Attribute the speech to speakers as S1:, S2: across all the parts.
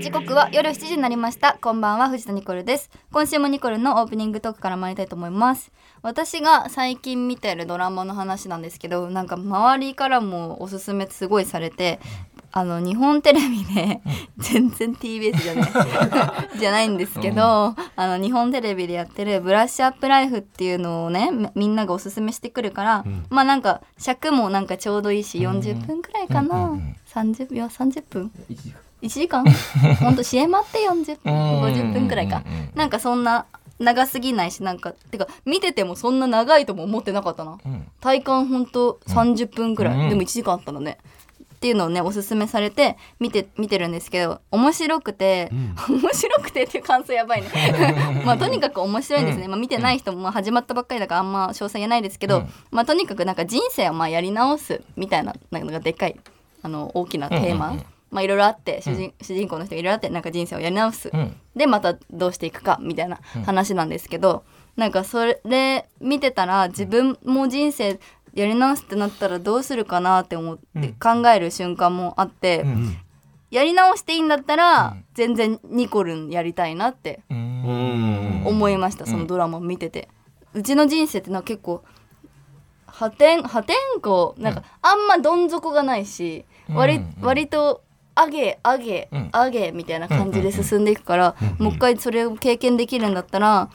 S1: 時刻は夜7時になりましたこんばんは藤田ニコルです今週もニコルのオープニングトークから参りたいと思います私が最近見てるドラマの話なんですけどなんか周りからもおすすめすごいされてあの日本テレビで全然 TBS じゃないじゃないんですけど、あの日本テレビでやってる「ブラッシュアップライフ」っていうのをねみみんながおすすめしてくるから、まあなんか尺もなんかちょうどいいし40分くらいかな、30秒30分1時間ほんと CM あって40分50分くらいかなんかそんな長すぎないしなんかてか見ててもそんな長いとも思ってなかったな、体感ほんと30分くらい、でも1時間あったのねっていうのをねおすすめされて見て見てるんですけど面白くて、面白くてっていう感想やばいね まあとにかく面白いんですね、まあ、見てない人もまあ始まったばっかりだからあんま詳細言えないですけど、まあとにかくなんか人生をまあやり直すみたいななんかでっかいあの大きなテーマ、まあいろいろあって主人,、主人公の人がいろいろあってなんか人生をやり直す、でまたどうしていくかみたいな話なんですけど、なんかそれ見てたら自分も人生やり直すってなったらどうするかなって思って考える瞬間もあって、やり直していいんだったら全然ニコルンやりたいなって思いましたそのドラマを見てて。うちの人生ってなんか結構破天破天荒なんかあんまどん底がないし、割割と上げ上げ上げみたいな感じで進んでいくから、もう一回それを経験できるんだったら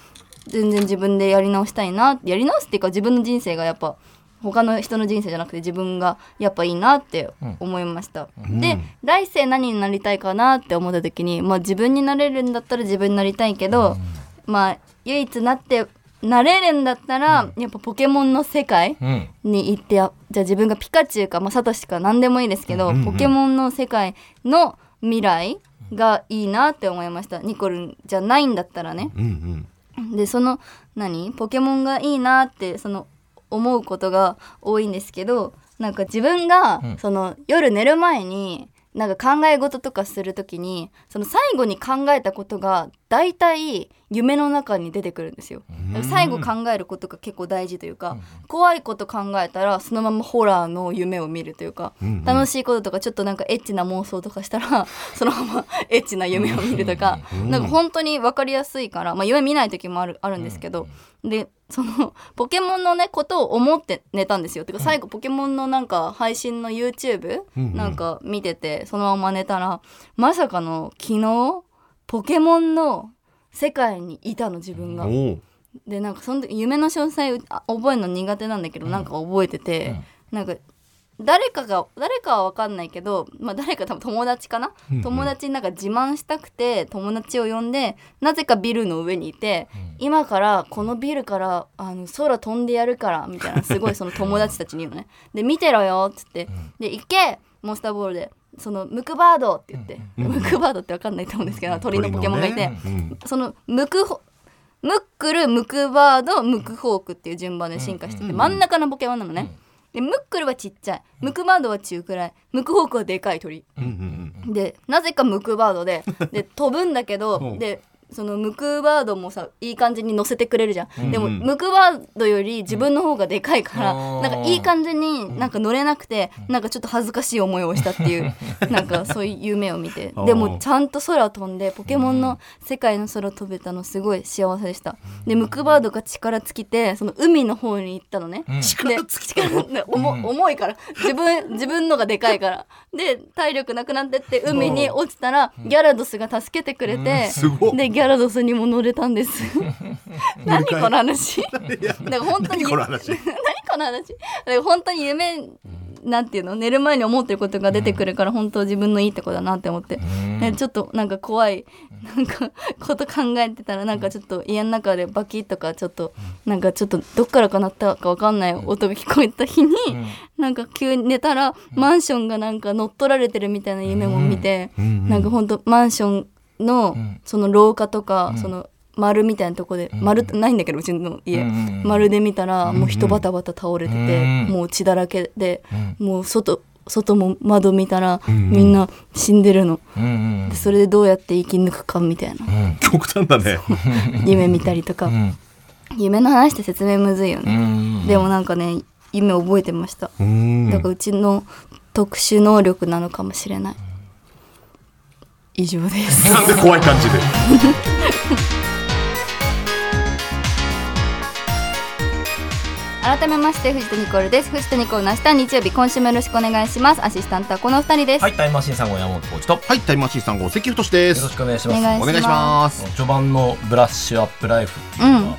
S1: 全然自分でやり直したいなやり直すっていうか自分の人生がやっぱ他の人の人生じゃなくて自分がやっぱいいなって思いました、で来世何になりたいかなって思った時に、まあ、自分になれるんだったら自分になりたいけど、まあ唯一なってなれるんだったら、やっぱポケモンの世界、
S2: うん
S1: に行ってやじゃあ自分がピカチュウか、まあ、サトシか何でもいいですけど、ポケモンの世界の未来がいいなって思いましたニコルンじゃないんだったらね。
S2: うん
S1: でその何ポケモンがいいなってその思うことが多いんですけどなんか自分が、その夜寝る前になんか考え事とかする時にその最後に考えたことが大体夢の中に出てくるんですよ。だから最後考えることが結構大事というか、怖いこと考えたらそのままホラーの夢を見るというか、楽しいこととかちょっとなんかエッチな妄想とかした らそのままエッチな夢を見るとか、なんか本当に分かりやすいから、まあ、夢見ない時もあるあるんですけど、でそのポケモンのねことを思って寝たんですよ。てか最後ポケモンのなんか配信の YouTube なんか見ててそのまま寝たらまさかの昨日ポケモンの世界にいたの自分
S2: う
S1: が。
S2: んおう
S1: でなんかその時夢の詳細あ覚えるの苦手なんだけど、なんか覚えてて、なんか誰かが誰かは分かんないけど、まあ、誰か多分友達かな、友達になんか自慢したくて友達を呼んでなぜかビルの上にいて、今からこのビルからあの空飛んでやるからみたいなすごいその友達たちに言うのねで見てろよっつってで行けモンスターボールでそのムクバードって言って、ムクバードって分かんないと思うんですけど鳥のポケモンがいて、
S2: 鳥のねうん
S1: そのムクホムックルムクバードムクホークっていう順番で進化してて真ん中のポケモンなのね。でムックルはちっちゃいムクバードは中くらいムクホークはでかい鳥
S2: うんうん
S1: でなぜかムクバード でで飛ぶんだけ
S2: う
S1: ど
S2: ん
S1: でそのムクバードもさいい感じに乗せてくれるじゃん、でも
S2: うん
S1: ムクバードより自分の方がでかいから、
S2: うん
S1: なんかいい感じになんか乗れなくて、なんかちょっと恥ずかしい思いをしたっていう なんかそういう夢を見て
S2: うん
S1: でもちゃんと空飛んでポケモンの世界の空飛べたのすごい幸せでしたでムクバードが力尽きてその海の方に行ったのね、で力ね重重いから自分自分のがでかいからで体力なくなってって海に落ちたらギャラドスが助けてくれて、
S2: すごっ
S1: でギャラドスにも乗れたんです 何この話
S2: や
S1: なんか本当に
S2: 何この話
S1: 何この話だから本当に夢なんていうの寝る前に思ってることが出てくるから本当自分のいいとこだなって思って、ね、ちょっとなんか怖いなんかこと考えてたらなんかちょっと家の中でバキッとかちょっとなんかちょっとどっからかなったかわかんない音が聞こえた日になんか急に寝たらマンションがなんか乗っ取られてるみたいな夢も見て
S2: んうん
S1: なんか本当マンションのその廊下とかその丸みたいなとこで、丸ってないんだけどうちの家、
S3: うんうんうん
S1: 丸で見たらもう人バタバタ倒れてて、
S3: うん
S1: もう血だらけで、
S3: う
S1: もう外外も窓見たらみんな死んでるの、
S3: うんうん
S1: でそれでどうやって生き抜くかみたいな
S2: 極端だね。
S1: 夢見たりとか、
S3: ん
S1: 夢の話って説明むずいよね、
S3: うん
S1: でもなんかね夢覚えてました、
S2: うん
S1: だからうちの特殊能力なのかもしれない以上です
S2: なんで怖い感じで。
S1: 改めまして藤田ニコルです藤田ニコルの明日日曜日今週もよろしくお願いしますアシスタントはこの二人です、
S3: はい、タイムマシーンさんご山本コーチと。よ
S4: はい、タイムマシーンさん号関太志で
S3: ろし
S4: す。
S3: くお願いし
S1: お
S3: ます。
S1: 願いします
S4: お願いします。
S3: 序盤のブラッシュアップライフっていうのは、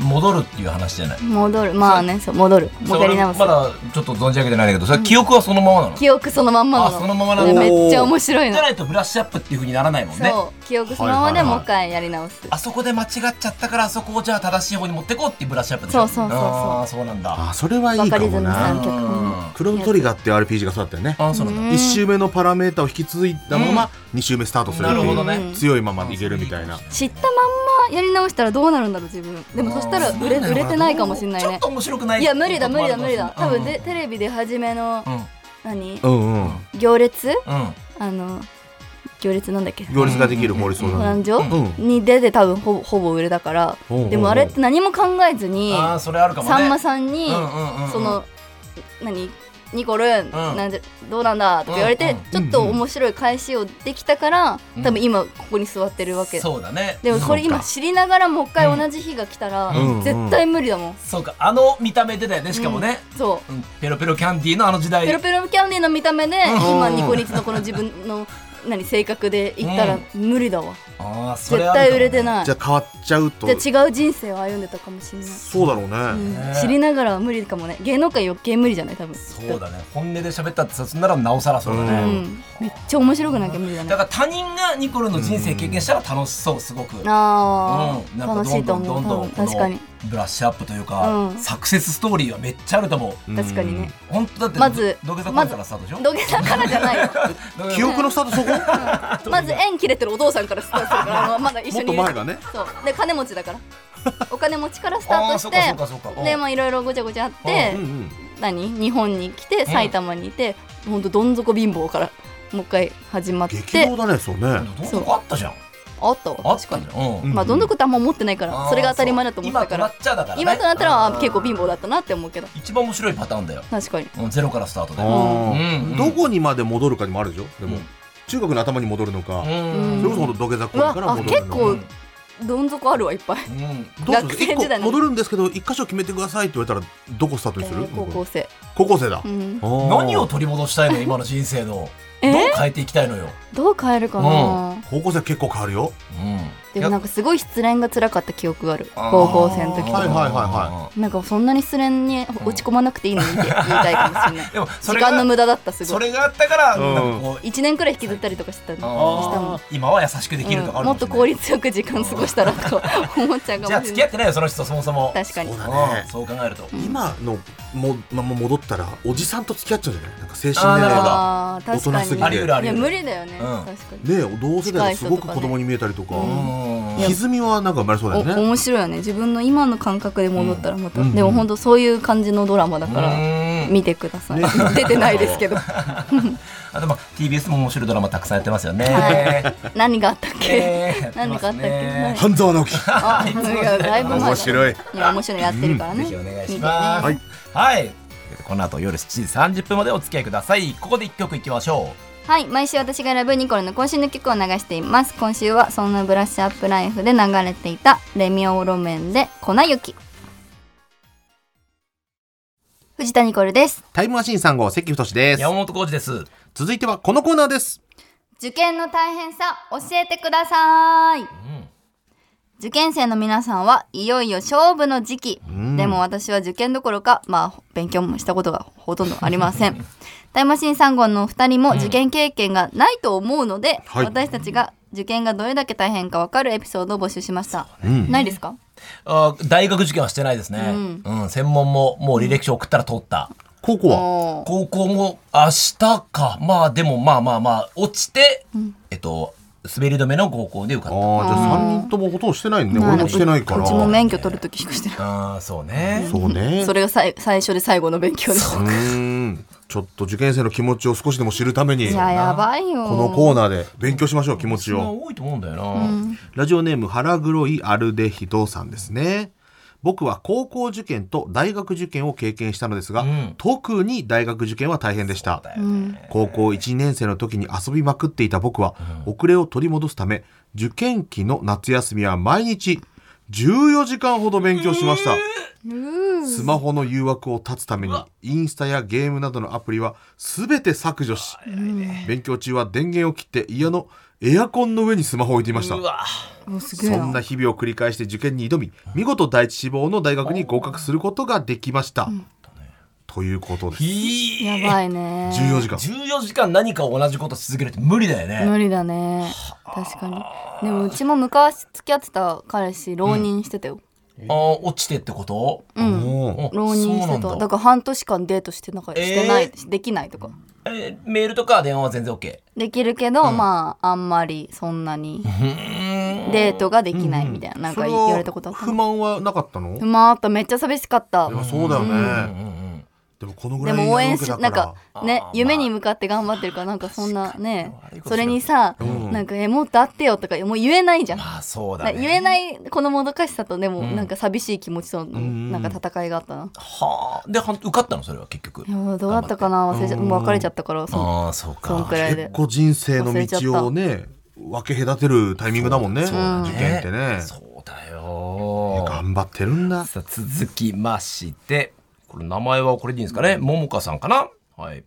S3: 戻るっていう話じゃない。
S1: 戻るまあねそう戻る
S3: それ
S1: 戻り直す
S3: まだちょっと存じ上げてないんだけど、それ記憶はそのままなの。じ
S1: 記憶そのまんまなの
S3: あそのままなんだ
S1: めっちゃ面白いの
S3: ゃないとブラッシュアップっていう風にならないもんね。
S1: そう記憶そのままでもう一回やり直す、
S3: あそこで間違っちゃったから、あそこをじゃあ正しい方に持ってこうっていうブラッシュアップでしょ。
S1: そうそうそうそう
S3: ああ、そうなんだ。
S4: あ、それはいいかも
S1: バカリズムさん
S4: な。
S1: 曲
S3: うんあ
S4: クロムトリガーっていう RPG がそうだったよね。
S3: あ、そうなんだ。
S1: うん
S4: 一周目のパラメータを引き継いだまま二周目スタートするって
S3: なる
S4: い
S3: ほど
S4: う
S3: ね
S4: 強いままでいけるみたいな。
S1: 知ったまんまやり直したらどうなるんだろう自分でもそしたら売れ売れてないかもしれない
S3: ちょっ
S1: ね
S3: と面白くない
S1: いや無理だ無理だ無理だ多分で
S3: で
S1: テレビで初めの
S3: うんうん
S1: 何
S4: うんうん。
S1: 行列
S3: うん
S1: あの行列なんだっけ
S4: 行列ができる法律
S1: 保
S4: だね。
S1: 安所、
S4: うん
S1: に出て多分ほぼほぼ売れたから
S4: おうおうおう
S1: でもあれって何も考えずに
S3: ああそれあるかもね
S1: さんまさんに、
S3: うんうんうんうん
S1: その何ニコルン、なんじゃどうなんだとか言われて、
S3: う
S1: ちょっと面白い返しをできたから、
S3: うん
S1: 多分今ここに座ってるわけ、
S3: そうだね
S1: でもこれ
S4: そうか
S1: 今知りながらもう一回同じ日が来たら、
S3: うん
S1: 絶対無理だもん、
S3: そうかあの見た目でだよねしかもね
S1: そう
S3: うんペロペロキャンディーのあの時代
S1: ペロペロキャンディーの見た目で、
S3: ん
S1: 今ニコニチのこの自分の何性格で行ったら無理だわ、
S3: ああそ
S1: 絶
S3: れあるかもね
S1: 対売れてない
S4: じゃあ変わっちゃうと。
S1: じゃあ違う人生を歩んでたかもしれない
S4: そうだろうね。
S3: ね
S1: 知りながらは無理かもね芸能界余計無理じゃない多分
S3: そうだね本音で喋ったってさそんならなおさらそうだ
S1: う
S3: ね
S1: んめっちゃ面白くなきゃ無理だ
S3: だ
S1: ね
S3: から他人がニコルの人生経験したら楽しそうすごく
S1: あ
S3: う
S1: ー
S3: んなんか
S1: 楽し
S3: ど
S1: い
S3: ん
S1: と
S3: どん
S1: 思
S3: ど
S1: うん
S3: ど
S1: 多
S3: ん
S1: 分
S3: この
S1: 確かに
S3: ブラッシュアップというか
S1: うん
S3: サクセスストーリーはめっちゃあると思う
S1: 確かにね
S3: 本当だって
S1: まず
S3: 土下座
S1: ま
S3: 声
S1: ず
S3: からスタートでしょ
S1: 土下座からじゃない よ
S3: 土下座
S4: 記憶のスタートそこ。
S1: まず縁切れてるお父さんからスタートするからあ のまだ一緒にいる
S4: もっと前がね
S1: そうで金持ちだからお金持ちからスタートし
S3: あーそうかそうかそうか
S1: てでまあいろいろごちゃごちゃあって
S4: うんうん。
S1: 何日本に来て埼玉にいてほんとどん底貧乏からもう一回始まっ
S4: 激
S1: て
S4: 動だね、そうね。
S3: どんどんあったじゃん
S1: あったわ
S3: あっ
S1: 確
S3: た
S1: か
S3: じ
S1: に
S3: ゃんうん
S4: ん
S1: まあどん底ってあんま思ってないからそれが当たり前だと思ってたから
S3: 今となっちゃだからね
S1: 今となったら
S3: う
S1: あ
S3: ん
S1: 結構貧乏だったなって思うけど
S3: 一番面白いパターンだよ
S1: 確かに
S3: うんゼロからスタートで
S4: あ
S3: うんうん
S4: ーどこにまで戻るかにもあるでしょ。でも
S3: うん
S4: 中学の頭に戻るのか
S3: う。
S1: うん
S4: それこそほんと土下座公園から戻るのか。
S1: うわあ結構どん底あるわいっぱい
S3: うん
S4: どうする
S1: 学生時代の
S4: 一個戻るんですけど一箇所決めてくださいって言われたらどこスタートにする、
S1: えー高校生
S4: 高校生だ、
S1: うん
S4: あー
S3: 何を取り戻したいの今の人生のど
S1: え
S3: う変えていきたいのよ
S1: どう変えるかな
S4: 高校生結構変わるよ
S3: うん
S1: でもなんかすごい失恋が辛かった記憶がある高校生の
S4: あ
S1: 時
S4: ーはいはい
S1: なんかそんなに失恋に落ち込まなくていいのにって言いたいかもしれない
S3: でも そ
S1: 時
S3: れが
S1: 間の無駄だったす
S3: そ
S1: ごい
S3: れがあったから
S4: うん
S3: なんかこう
S1: 1年くらい引きずったりとかしてたしたも
S3: あ
S1: ん
S3: ー今は優しくできるとかあ
S1: うんも
S3: るか
S1: っと
S3: しれない
S1: 効率よく時間過ごしたらとか 思っちゃうかもしれない
S3: じゃあ付き合ってないよその人そもそも
S1: 確かに
S4: そうだ
S3: う
S4: ね
S3: んそう考えると
S4: 今のも、ま、もう戻ったらおじさんと付き合っちゃうんじゃないなんか精神
S3: あー
S4: 年
S3: なるほど
S4: 齢が
S1: あー確
S4: 大人すぎ
S3: あ
S4: て
S3: り得るあ
S1: かにい
S3: り
S1: や
S3: 得る
S1: 無理だよね、
S3: うん
S1: 確かに
S4: ねえ同世代がすごく子供に見えたりとか
S3: うん
S4: 歪みはなんか生まれそうだよ
S1: お
S4: ね
S1: 面白いよね自分の今の感覚で戻ったらまた、
S4: うん
S1: でも本当そういう感じのドラマだから
S3: うん
S1: 見てください、出てないですけ ど
S3: あとまあ TBS も面白いドラマたくさんやってますよね。
S1: 何があったっけ、
S3: ねえ
S1: 何かあったっけ
S3: やてますね
S4: 半沢直樹
S1: あいやだいぶ前だ
S4: 面白い
S1: いや面白いのやってるからね、
S3: ぜひお願いします。
S4: はい
S3: はい。この後夜7時30分までお付き合いください。ここで一曲いきましょ
S1: はい毎週私が選ぶニコルの今週の曲を流しています今週はそんなブラッシュアップライフで流れていたレミオロメンで粉雪藤田ニコルです
S4: タイムマシーン3号関太志
S3: う。
S4: です
S3: 山本浩二です。
S4: 続いてはこのコーナーです
S1: 受験の大変さ教えてください受験生の皆さんはいよいよ勝負の時期でも私は受験どころかまあ勉強もしたことがほとんどありませ んタイムマシン3号のお二人も受験経験がないと思うので、
S4: はい
S1: 私たちが受験がどれだけ大変かわかるエピソードを募集しました、ないですか
S3: あ大学受験はしてないですね、うん専門ももう履歴書送ったら通った。
S4: 高校は
S1: おー
S3: 高校も明日か。まあでもまあまあまあ、落ちて、えっと、滑り止めの高校で受か
S4: あ
S3: っ
S4: ーじゃあ3人ともほとんどしてないね、俺もしてないから
S1: うちも免許取るときしかしてない
S3: た。ああー、そうね。
S4: そうね
S1: それがさい最初で最後の勉強で
S4: うーんちょっと受験生の気持ちを少しでも知るために
S1: いややばいよ
S4: このコーナーで勉強しましょう気持ち
S3: そんな
S4: を
S3: 多いと思うんだよな。
S4: ラジオネーム腹黒いアルデヒドさんですね僕は高校受験と大学受験を経験したのですが、
S3: うん
S4: 特に大学受験は大変でした
S3: だよね。
S4: 高校1年生の時に遊びまくっていた僕は、遅れを取り戻すため受験期の夏休みは毎日14時間ほど勉強しました、スマホの誘惑を断つためにインスタやゲームなどのアプリは全て削除し、勉強中は電源を切って家のエアコンの上にスマホを置いていました
S3: うわ、
S1: もうすげえ
S4: そんな日々を繰り返して受験に挑み見事第一志望の大学に合格することができました、ということです
S3: ひー。
S1: やばいね
S4: 14時間
S3: 14時間何かを同じことし続けるって無理だよね。
S1: 無理だね確かにでもうちも昔付き合ってた彼氏浪人してたよ、
S3: ああ、落ちてってこと
S4: おー
S3: あ
S1: 浪人してた
S3: そう
S1: だ
S3: なんだ
S1: から半年間デートしてなんか
S3: えー
S1: してない、できないとか
S3: えーメールとか電話は全然 OK。
S1: できるけど、まああんまりそんなにデートができないみたいな、なんか言われたことあっ
S4: そ
S1: た
S4: れは不満はなかったの
S1: 不満あっためっちゃ寂しかった
S4: やっぱそうだよね、
S3: うんうん。
S4: でもこのぐ
S1: で
S4: らい
S1: も応援し
S4: やるわけだ
S1: なん
S4: ら
S1: かね夢に向かって頑張ってるからなんかそんなねそれにさ、
S4: ん
S1: なんかえもっと会ってよとかもう言えないじゃん、
S3: ああ、そうだ
S1: な
S3: ね。
S1: 言えないこのもどかしさとでも、なんか寂しい気持ちとの
S4: ん
S1: なんか戦いがあったな、
S3: はあ。で、はん受かったのそれは結局。
S1: いやどうだったかな忘れちゃもう別れちゃったからそ
S3: ああ、そう
S1: そん
S3: か
S1: く。ら
S4: 結
S1: いで
S4: 構人生の道をね分け隔てるタイミングだもんね
S3: だね
S4: 受験ってね
S3: そうだよ。
S4: 頑張ってるんだ
S3: さあ続きましてこれ名前はこれでいいんですかねももかさんかなはい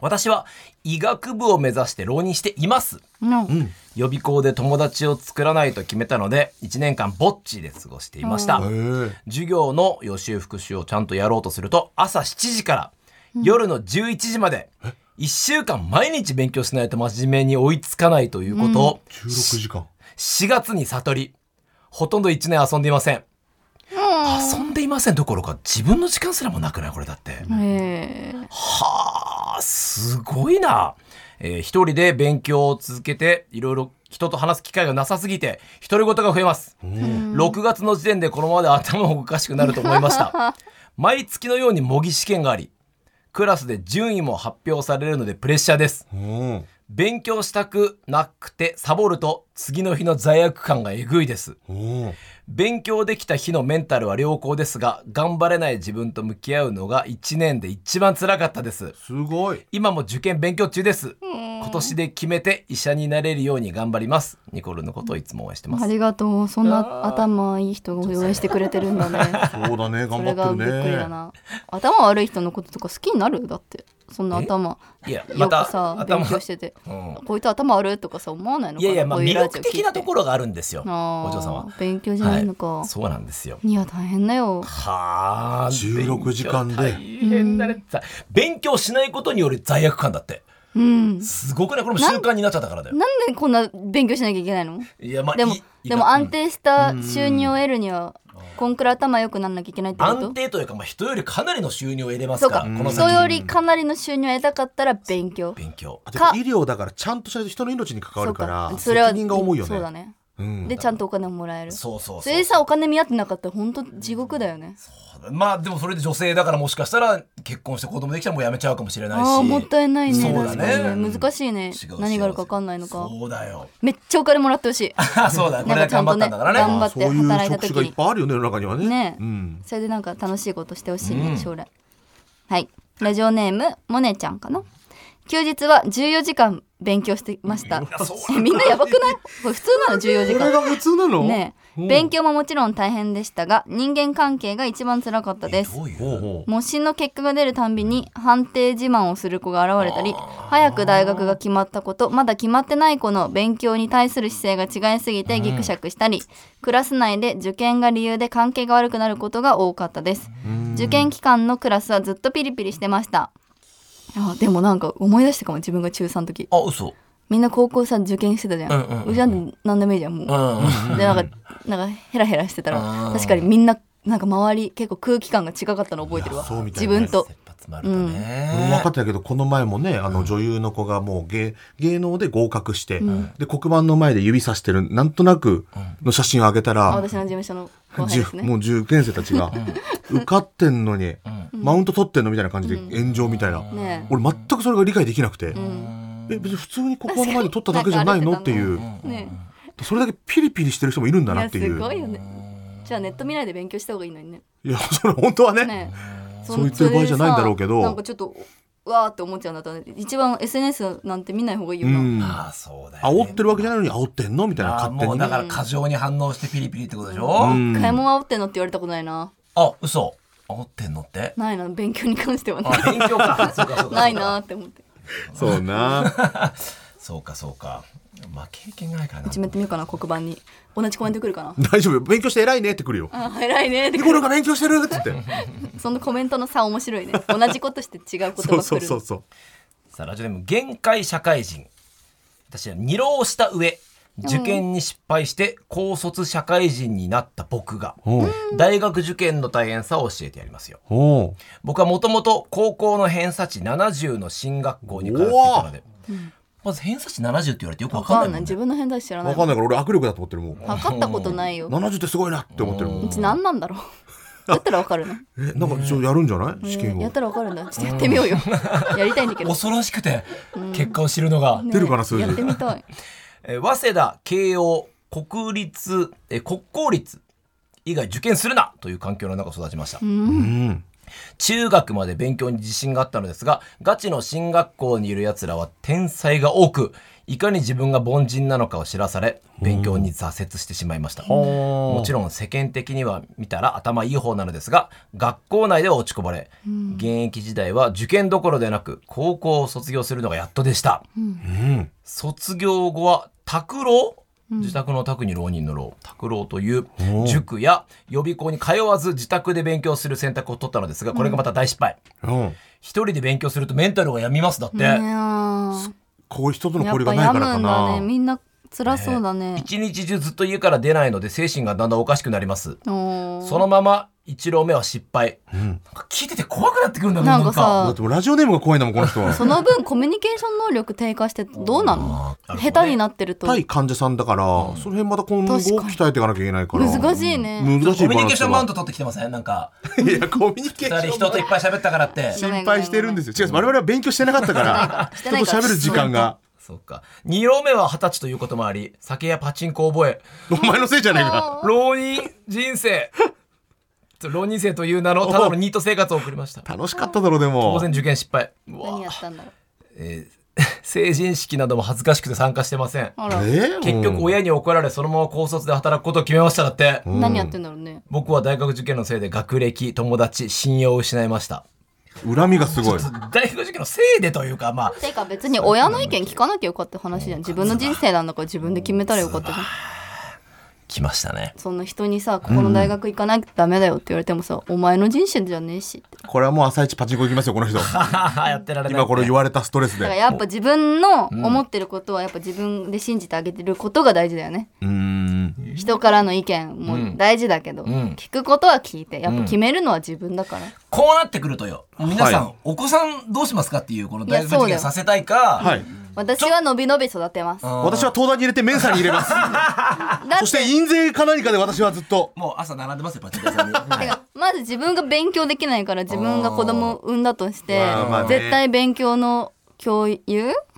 S3: 私は医学部を目指して浪人しています
S1: なんか
S3: 予備校で友達を作らないと決めたので1年間ぼっちで過ごしていました
S4: へえ
S3: 授業の予習復習をちゃんとやろうとすると朝7時から夜の11時まで1週間毎日勉強しないと真面目に追いつかないということを
S4: 16時間
S3: 4月に悟りほとんど1年遊んでいません遊んでいませんどころか自分の時間すらもなくないこれだって
S1: えー
S3: はあすごいな、えー一人で勉強を続けていろいろ人と話す機会がなさすぎて独り言が増えます6月の時点でこのままで頭もおかしくなると思いました毎月のように模擬試験がありクラスで順位も発表されるのでプレッシャーです
S4: うん
S3: 勉強したくなくてサボると次の日の罪悪感がえぐいです
S4: うん
S3: 勉強できた日のメンタルは良好ですが頑張れない自分と向き合うのが1年で一番辛かったです
S4: すごい
S3: 今も受験勉強中です今年で決めて医者になれるように頑張りますニコルのことをいつも応援してま
S1: あ
S3: す
S1: りがとうそんな頭いい人が応援してくれてるんだね
S4: そうだね
S1: そ
S4: 頑張
S1: れが
S4: っ
S1: び
S4: て
S1: っくりだ
S4: るね
S1: な頭悪い人のこととか好きになるだってそんな頭
S3: いやま
S1: よく
S3: た
S1: さ、勉
S3: 頭
S1: 強してて、
S3: うん
S1: こいつ頭悪いとかさ思わないの
S3: い
S1: かな
S3: やいやまあ
S1: こうい
S3: 魅
S1: うラジオ聞
S3: 力
S1: いて
S3: 的なところがあるんですよ
S1: あー
S3: お嬢さんは
S1: 勉強じゃないのか、
S3: はいそうなんですよ
S1: い、や大変だよ
S3: はあ
S4: 16時間で
S3: 勉強大変だねさ勉強しないことによる罪悪感だって
S1: うん
S3: すごくないこれも習慣になっちゃったからだよ
S1: なんでこんな勉強しなきゃいけないの
S3: いやまあ
S1: でも
S3: いい
S1: でも安定した収入を得るにはこんくらい頭良くならなきゃいけないってこ
S3: 安
S1: と
S3: 定というか、まあ、人よりかなりの収入を得れます
S1: そう
S3: から
S1: か
S3: この
S1: 人
S3: 先
S1: よりかなりの収入を得たかったら勉強
S3: 勉強
S4: あでも医療だからちゃんとしないと人の命に関わ
S1: そ
S4: る
S1: う
S4: から
S1: それは
S4: 責任が重いよ
S1: そうだ
S4: ね
S1: ね
S4: うん
S1: でちゃんとお金もらえるそ
S3: そうそうそう
S1: れでさお金見合ってなかったら本当地獄だよね
S3: まあでもそれで女性だからもしかしたら結婚して子供できたらもうやめちゃうかもしれないし
S1: ああもったいない
S3: そ
S1: ね
S3: うだ
S1: 確
S3: ね
S1: かにね難しいね
S3: 違う違う
S1: 何があるか分かんないのか
S3: そうだよ
S1: めっちゃお金もらってほしい
S3: そうだよこ
S1: なん
S3: れ
S1: か
S3: で
S1: ちゃ
S3: 頑
S1: んと
S3: 張った
S1: ね
S3: んだからね
S1: 頑張って
S4: そういう
S1: 働いた
S4: 職
S1: 時
S4: 種がい
S1: に
S4: っぱいあるよね世の中にはね
S1: ね
S4: うん
S1: それでなんか楽しいことしてほしいね、将来はいラジオネームモネちゃんかな休日は14時間勉強してました
S3: そう
S1: みんなやばくないこれ普通なの14時
S4: これ
S1: 間
S4: が普通なの
S1: ねえ勉強ももちろん大変でしたが人間関係が一番辛かったです
S3: どうい
S4: ほう
S3: う
S4: ほう
S1: 模試の結果が出るたんびに判定自慢をする子が現れたり早く大学が決まったことまだ決まってない子の勉強に対する姿勢が違いすぎてギクシャクしたり、クラス内で受験が理由で関係が悪くなることが多かったです受験期間のクラスはずっとピリピリしてましたあでもなんか思い出したかも自分が中3の時
S3: あ嘘
S1: みんな高校さ受験してたじゃん,、
S3: うんうんうん
S1: ちなんて何でもいいじゃんもう、
S3: うん
S1: でなんかなんかヘラヘラしてたら
S3: あー
S1: 確かにみんななんか周り結構空気感が違かったの覚えてるわ
S4: いやそうみた
S1: 自
S4: いね
S1: 分と
S3: 集まるとね、
S4: 分かってたけどこの前もねあの女優の子がもう芸芸能で合格して、で黒板の前で指さしてるなんとなくの写真をあげた
S1: あ
S4: ら、
S1: 私の事務所の後輩
S4: じゅ
S1: ですね
S4: もう受験生たちが受かってんのに、マウント取ってんのみたいな感じで炎上みたいな、
S1: ね
S4: 俺全くそれが理解できなくて、
S1: ん
S4: え別に普通に黒板の前で取っただけじゃないのっ
S1: 確
S4: て
S1: かに
S4: いう
S1: えね
S4: それだけピリピリしてる人もいるん
S1: え
S4: だ
S1: い
S4: な
S1: や
S4: ってい
S1: す
S4: う
S1: ごいよねじゃあネット見ないで勉強した方がいいのにね
S4: いやそれ本当はね
S1: ねえ
S4: そう言ってる場合じゃないんだろうけど
S1: それでさなんかちょっとうわーって思っちゃうんだったら一番 SNS なんて見ない方がいいよ
S4: う
S1: な、
S4: ん
S3: ああそうだよ、ね、
S4: 煽ってるわけじゃないのに煽ってんのみたいな
S3: ああ
S4: 勝手
S3: も
S4: に
S3: う
S4: ね
S3: だから過剰に反応してピリピリってことでしょ、
S4: うん
S1: 買い物煽ってんのって言われたことないな
S3: あ嘘煽ってんのって
S1: ないな勉強に関してはね
S3: あ勉強かそうかそう か
S1: ないなーって思って
S4: そうな
S3: そうかそうかまあ経験ないからな
S1: 自分やってみようかな黒板に同じコメント来るかな
S4: 大丈夫よ勉強して偉いねってくるよ
S1: あ偉いねって
S4: 日頃が勉強してるって言って
S1: そのコメントの差面白いね同じことして違う言葉来る
S4: そうそうそうそう
S3: さあラジオネーム限界社会人私は二浪した上受験に失敗して高卒社会人になった僕が
S4: おう
S3: 大学受験の大変さを教えてやりますよ
S4: おう
S3: 僕はもともと高校の偏差値70の進学校に通っていたのでまず偏差値70って言われてよくわ
S1: わ
S3: か
S1: か
S3: んない
S1: ん
S3: も
S1: ない
S3: んね
S1: 自分の変態知らない
S4: 分かんないから俺握力だと思ってるもん
S1: 測ったことないよ
S4: 70ってすごいなって思ってるも
S1: うんち何なんだろうだったらわかるの
S4: えなんかちょっとやるんじゃない試験
S1: や
S4: を
S1: ったらわかるんだちょっとやってみようよやりたいんだけど
S3: 恐ろしくて結果を知るのが、
S4: 出るかな数字
S1: やってみたい
S3: えー早稲田慶応国立、えー国公立以外受験するなという環境の中育ちました、
S4: うん
S3: 中学まで勉強に自信があったのですがガチの進学校にいるやつらは天才が多くいかに自分が凡人なのかを知らされ勉強に挫折してしまいましたもちろん世間的には見たら頭いい方なのですが学校内では落ちこぼれ現役時代は受験どころでなく高校を卒業するのがやっとでした、
S4: うん
S3: 卒業後は拓郎自宅の宅に浪人の浪拓郎という塾や予備校に通わず自宅で勉強する選択を取ったのですがこれがまた大失敗、
S4: うん
S3: 一人で勉強するとメンタルが病みますだって、
S1: いやー
S4: こう人との
S1: やっ
S4: 交流が
S1: ぱ
S4: ない
S1: や
S4: から
S1: む
S4: か
S1: んだ
S4: な
S1: ねみんな辛そうだね
S3: 一日中ずっと家から出ないので精神がだんだんおかしくなります
S1: おー
S3: そのまま一浪目は失敗、なんか聞いてて怖くなってくるんだもん
S1: なんか
S4: だ
S1: さ
S4: ってもうラジオネームが怖いんだもんこの人は
S1: その分コミュニケーション能力低下してどうなの
S3: あー
S1: 下手になってると
S4: 対患者さんだからその辺また今後
S1: 確かに
S4: 鍛えていかなきゃいけないから
S1: 難
S4: い
S1: しいね
S4: 難しい
S3: コミュニケーションマウン
S4: ト
S3: ト取ってきてませんなんか
S4: いやコミュニケーシ
S3: 二
S4: ョン
S3: 人人といっぱい喋ったからっ
S1: ご
S3: て
S1: めん
S4: 心配してるんですよ。違う、我々は勉強してなかったから、
S1: して
S4: 人
S1: ない
S4: と
S1: から
S4: 喋る時間が。
S3: そうか二浪目は二十歳ということもあり酒やパチンコを覚え
S4: お前のせいじゃねえか。
S3: 浪人人生浪人生という名のただのニート生活を送りました
S4: 楽しかっただろ、でも
S3: 当。然受験失敗うわ
S1: 何やったんだろう
S3: 成人式なども恥ずかしくて参加してません
S1: あ
S4: え
S1: ら
S4: ー
S3: 結局親に怒られそのまま高卒で働くことを決めましただって
S1: 何やってんだろうね
S3: 僕は大学受験のせいで学歴友達信用を失いました
S4: うん恨みがすごい。
S3: 大学受験のせいでというかまあ
S1: てか別に親の意見聞かなきゃよかった話じゃん自分の人生なんだから自分で決めたらよかったじゃん
S3: 来ましたね
S1: そんな人にさここの大学行かなきゃダメだよって言われてもさ、お前の人生じゃねえしって
S4: これはもう朝一パチンコ行きますよ、この人。
S3: やってられない
S4: 今これ言われたストレス
S1: だから
S4: で。
S1: やっぱ自分の思ってることはやっぱ自分で信じてあげてることが大事だよね、
S4: うーん。
S1: 人からの意見も大事だけど、
S3: ん
S1: 聞くことは聞いてやっぱ決めるのは自分だから、
S3: こうなってくるとよ皆さん、
S4: は
S3: お子さんどうしますかっていうこの大
S1: いや
S3: 学
S1: そうだ
S3: 受
S1: よ
S3: 験させたいか
S4: はい。
S1: 私は伸び伸び育てますだ
S4: 私は東大に入れてメンサに入れます。
S1: っ
S4: そ
S1: て
S4: して印税か何かで私はずっと。
S3: もう朝並んでますよパチンコ屋 さんに
S1: てかまず自分が勉強できないから自分が子供を産んだとして、
S4: まあまあね
S1: 絶対勉強の教育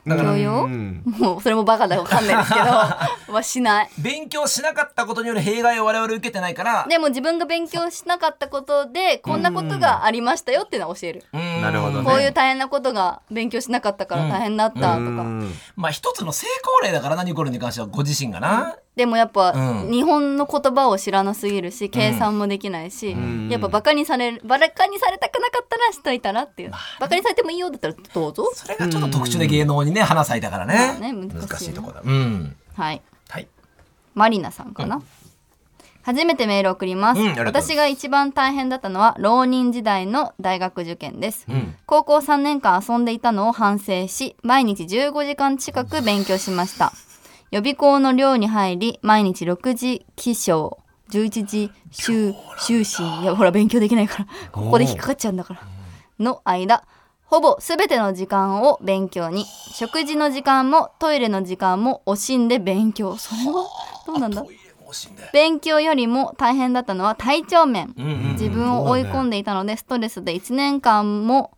S1: 教養
S4: うん
S1: もうそれもバカだかわかんないですけ どはしない
S3: 勉強しなかったことによる弊害を我々受けてないから
S1: でも自分が勉強しなかったことでこんなことがありましたよっていうのは教える、
S4: なるほどね。
S1: こういう大変なことが勉強しなかったから大変だったとか、
S4: うん
S3: まあ一つの成功例だからなニコルに関してはご自身がな、
S1: でもやっぱ、
S3: うん
S1: 日本の言葉を知らなすぎるし計算もできないし、やっぱバカにされるバカにされたくなかったらしといたらっていう、バカにされてもいいよだったらどうぞ
S3: それがちょっと特殊で芸能にね花咲いたからね,、
S1: まあね難しいね
S3: 難しいとこだうん
S1: はい
S3: はい
S1: マリナさんかな、初めてメール送ります,、
S3: うんありがとうございます
S1: 私が一番大変だったのは浪人時代の大学受験です、高校3年間遊んでいたのを反省し毎日15時間近く勉強しました予備校の寮に入り毎日6時起床11時就就寝いやほら勉強できないからここで引っかかっちゃうんだからの間ほぼ全ての時間を勉強に食事の時間もトイレの時間も惜しんで勉強それはどうなんだ
S3: トイレも惜しんで
S1: 勉強よりも大変だったのは体調面
S3: うんうん
S1: 自分を追い込んでいたのでストレスで1年間も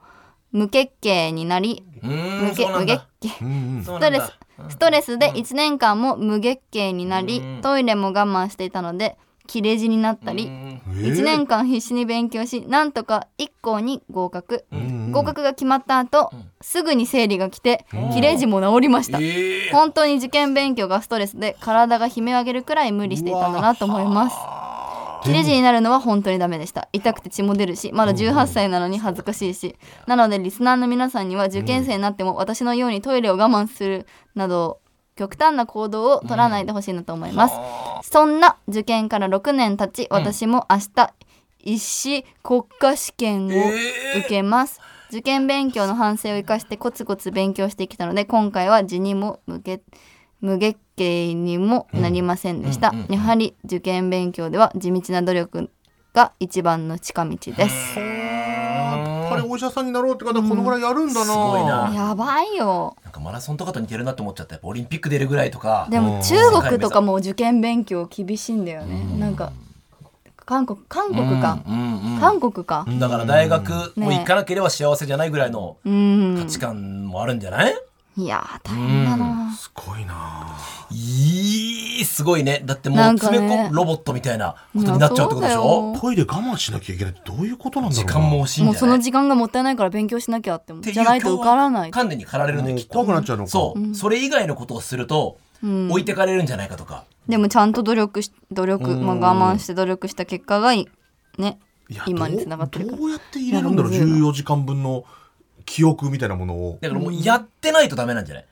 S1: 無月経になり
S3: うー
S1: 無
S3: ん
S1: 月
S3: そうな
S1: 無
S3: ん
S1: 月
S3: だ
S4: う
S1: 経
S4: んうん
S3: そ
S1: ス
S3: う
S1: ト
S3: なんだ
S1: レスストレスで1年間も無月経になり、
S3: うん
S1: トイレも我慢していたので切れ字になったり、
S3: うん
S4: えー
S1: 1年間必死に勉強しなんとか1校に合格、
S4: うん
S1: 合格が決まった後、すぐに生理が来て、切れ字も治りました、
S3: ええ
S1: 本当に受験勉強がストレスで体が悲鳴を上げるくらい無理していたんだなと思います切れ字になるのは本当にダメでした痛くて血も出るしまだ18歳なのに恥ずかしいしなのでリスナーの皆さんには受験生になっても私のようにトイレを我慢するなど極端な行動を取らないでほしいなと思います、そんな受験から6年経ち私も明日一試国家試験を受けます、受験勉強の反省を生かしてコツコツ勉強してきたので今回は字にも無月無月経にもなりませんでした、やはり受験勉強では地道な努力が一番の近道です、
S4: やっぱりお医者さんになろうって方はこのぐらいやるんだな、
S3: すごいな
S1: やばいよ
S3: なんかマラソンとかと似てるなって思っちゃったやっぱオリンピック出るぐらいとか
S1: でも
S4: うん
S1: 中国とかも受験勉強厳しいんだよねなんか韓国韓国か、
S3: うんうん
S1: 韓国か
S3: だから大学
S1: ね
S3: も行かなければ幸せじゃないぐらいの
S1: うん
S3: 価値観もあるんじゃない、
S1: いやー大変だな、
S4: すごいない
S3: いすごいねだってもう
S1: なんかね
S3: 詰め込む、ロボットみたいなことになっちゃうってことでし
S1: いやそうだ
S3: ょ
S1: よ
S4: トイレ我慢しなきゃいけないってどういうことなんだろ
S3: 時
S4: うな
S3: 間も惜しいん
S1: もう
S3: じゃ
S1: そ
S3: な
S1: の
S3: い
S1: 時間がもったいないから勉強しなきゃって思う
S3: っていう
S1: じゃないと受からない
S3: 観念に駆られるね
S4: も
S3: き
S4: う
S3: っと
S4: 怖くなっちゃうのか
S3: そう、それ以外のことをすると、置いてかれるんじゃないかとか
S1: でもちゃんと努力し努力、まあ、我慢して努力した結果がいね
S4: いや
S1: 今につながってる
S4: ど
S1: か
S4: うど
S1: ら
S4: うやって入れるんだろう
S1: なんかむずい
S4: 14時間分の記憶みたいなものを
S3: だからもうやってないとダメなんじゃない、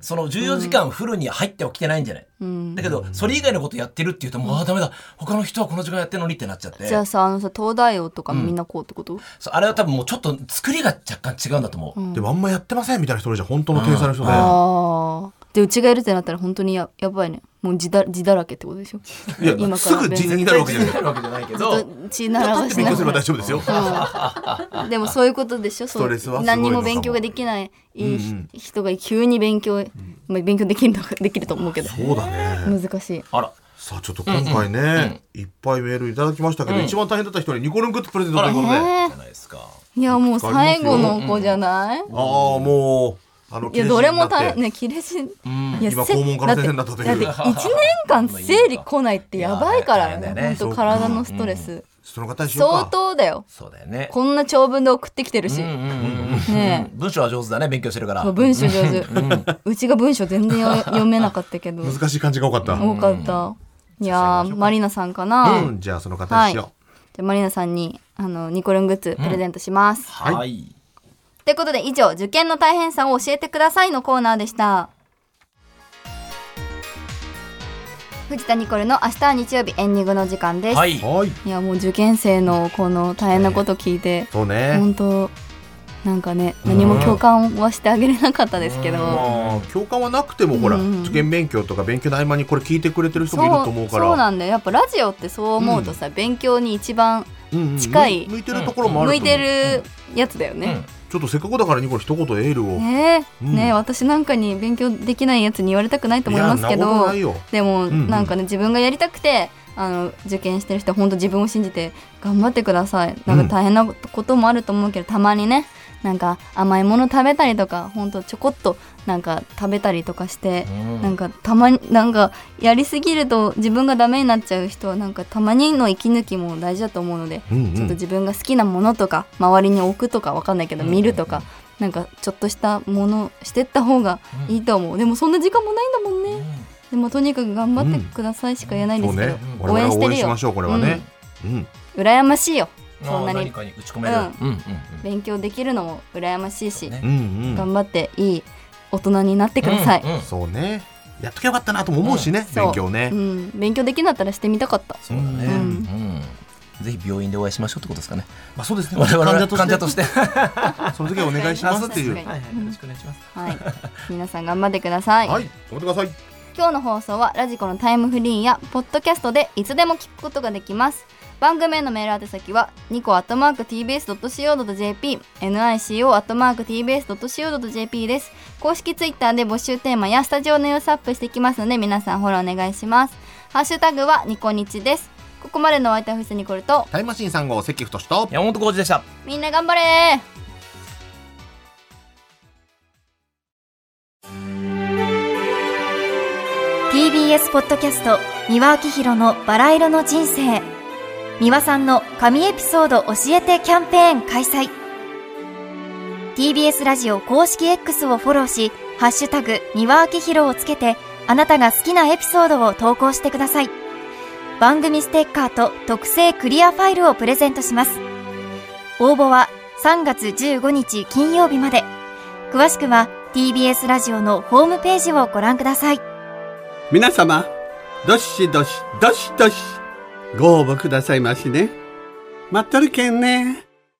S3: その14時間フルに入ってはきてないんじゃない、
S1: ん
S3: だけどそれ以外のことやってるっていうともうああダメだ他の人はこの時間やってるのにってなっちゃって
S1: じゃあさあのさ東大王とかみんなこうってこと、
S3: そうあれは多分もうちょっと作りが若干違うんだと思う、
S4: でもあんまやってませんみたいな人いるじゃん本当の天才の人で、
S1: ああでうちがいるってなったら本当にややばいねもう字だ字だらけってことでしょ
S4: いやすぐ字になるわけじゃない
S3: なるわけじゃないけ
S1: ずっ
S3: ど
S1: と血習わし
S4: 勉
S1: な
S4: 強すれば
S1: が
S4: 大丈夫ですよ、
S1: らでもそういうことでしょそう
S4: ストレスはすごいのかも
S1: 何にも勉強ができないいいひ
S4: うんうん
S1: 人が急に勉強、まあ、勉強できるのかできると思うけど
S4: そうだね
S1: 難しい
S3: あら
S4: さあちょっと今回ね、いっぱいメールいただきましたけど、一番大変だった人にニコルングッズプレゼントということで、あ
S3: じゃないですか
S1: いやもう最後の子じゃない、
S4: あもうあの
S1: いやどれも
S4: 切れ
S1: 大
S4: 字になっ
S1: 変
S4: て
S1: ね切れ字、い
S4: 今肛門から先生になったという
S1: だってだって1年間生理来ないってやばいから
S3: いや
S1: ね
S3: 大変だよね
S1: 本当体のストレス、
S4: その方にしようか
S1: 相当だよ
S3: そうだよね
S1: こんな長文で送ってきてるし、
S3: うんうんうん
S1: ね
S3: 文章は上手だね勉強してるから
S1: えもう文章上手、うちが文章全然よ読めなかったけど
S4: 難しい漢字が多かった、
S1: 多かった、いやーマリナさんかな、
S4: うん、
S1: じ
S4: じゃあその方
S1: は
S4: にし
S1: いじ
S4: よう、
S1: ゃあマリナさんにあのニコルングッズプレゼントします、
S3: はい、
S1: ということで以上受験の大変さを教えてくださいのコーナーでした藤田ニコルの明日は日曜日エンディングの時間です、、
S3: はいい
S4: はい
S1: やもう受験生のこの大変なこと聞いて、
S4: そうね
S1: 本当なんかね何も共感はしてあげれなかったですけど、
S4: まあ共感はなくてもほら、
S1: うん
S4: 受験勉強とか勉強の合間にこれ聞いてくれてる人もいると思うから
S1: そうなんだよやっぱラジオってそう思うとさ、勉強に一番
S4: うんうん
S1: 近い
S4: 向いてるところもあると思
S1: 向
S4: う
S1: いてるやつだよね、
S4: ちょっとせっかくだからニコル一言エールを、
S1: ねえ、
S4: うん
S1: ねえ私なんかに勉強できないやつに言われたくないと思いますけ
S4: いやんなこと
S1: ど
S4: ないよ
S1: でも、
S4: んうん
S1: なんかね自分がやりたくてあの受験してる人本当自分を信じて頑張ってくださいなんか大変なこともあると思うけど、たまにねなんか甘いもの食べたりとか本当ちょこっとなんか食べたりとかして、なんかたまになんかやりすぎると自分がダメになっちゃう人はなんかたまにの息抜きも大事だと思うので、
S4: うんうん
S1: ちょっと自分が好きなものとか周りに置くとかわかんないけど見るとか、なんかちょっとしたものしてった方がいいと思う、でもそんな時間もないんだもんね、でもとにかく頑張ってくださいしか言えないで
S4: そう
S1: すけど
S4: ね、我
S1: 応
S4: 々は
S1: 援して
S4: 応
S1: る
S4: 援し
S1: よ
S4: ましょうこれはね、うん
S1: 羨ましいよ
S3: あー
S1: そんな
S3: 何
S1: に
S3: かに打ち込める、
S1: うん
S3: うんうん
S1: 勉強できるのも羨ましいし、
S3: ね
S4: うんうん
S1: 頑張っていい大人になってください、
S3: うんうん
S4: そうねやっときゃよかったなとも思うしね、
S1: そう
S4: 勉強ね、
S1: うん、勉強できなかったらしてみたかった
S3: そうだね、
S1: う
S3: うんんぜひ病院でお会いしましょうってことですかね
S4: まあそうですね
S3: 我々は患者と
S4: し
S3: して
S4: てその時はお願いしますっていう
S1: 確かに
S3: はいよろしくお願いします
S1: はい、皆さん頑張ってください、
S4: はい頑張ってください
S1: 今日の放送はラジコのタイムフリーやポッドキャストでいつでも聞くことができます番組へのメール宛先はニコアットマーク TBS.CO.JP NICO アットマーク TBS.CO.JP です公式ツイッターで募集テーマやスタジオの様子アップしていきますので皆さんフォローお願いしますハッシュタグはニコニチですここまでのお相手はフスニコルと
S4: タイムマシーン3号関太と
S3: 山本浩二でした
S1: みんな頑張れー
S5: ポッドキャスト三輪明宏のバラ色の人生三輪さんの神エピソード教えてキャンペーン開催 TBS ラジオ公式 X をフォローし「ハッシュタグ三輪明宏」をつけてあなたが好きなエピソードを投稿してください番組ステッカーと特製クリアファイルをプレゼントします応募は3月15日金曜日まで詳しくは TBS ラジオのホームページをご覧ください
S6: 皆様、どしどし、どしどし、ご応募くださいましね。待っとるけんね。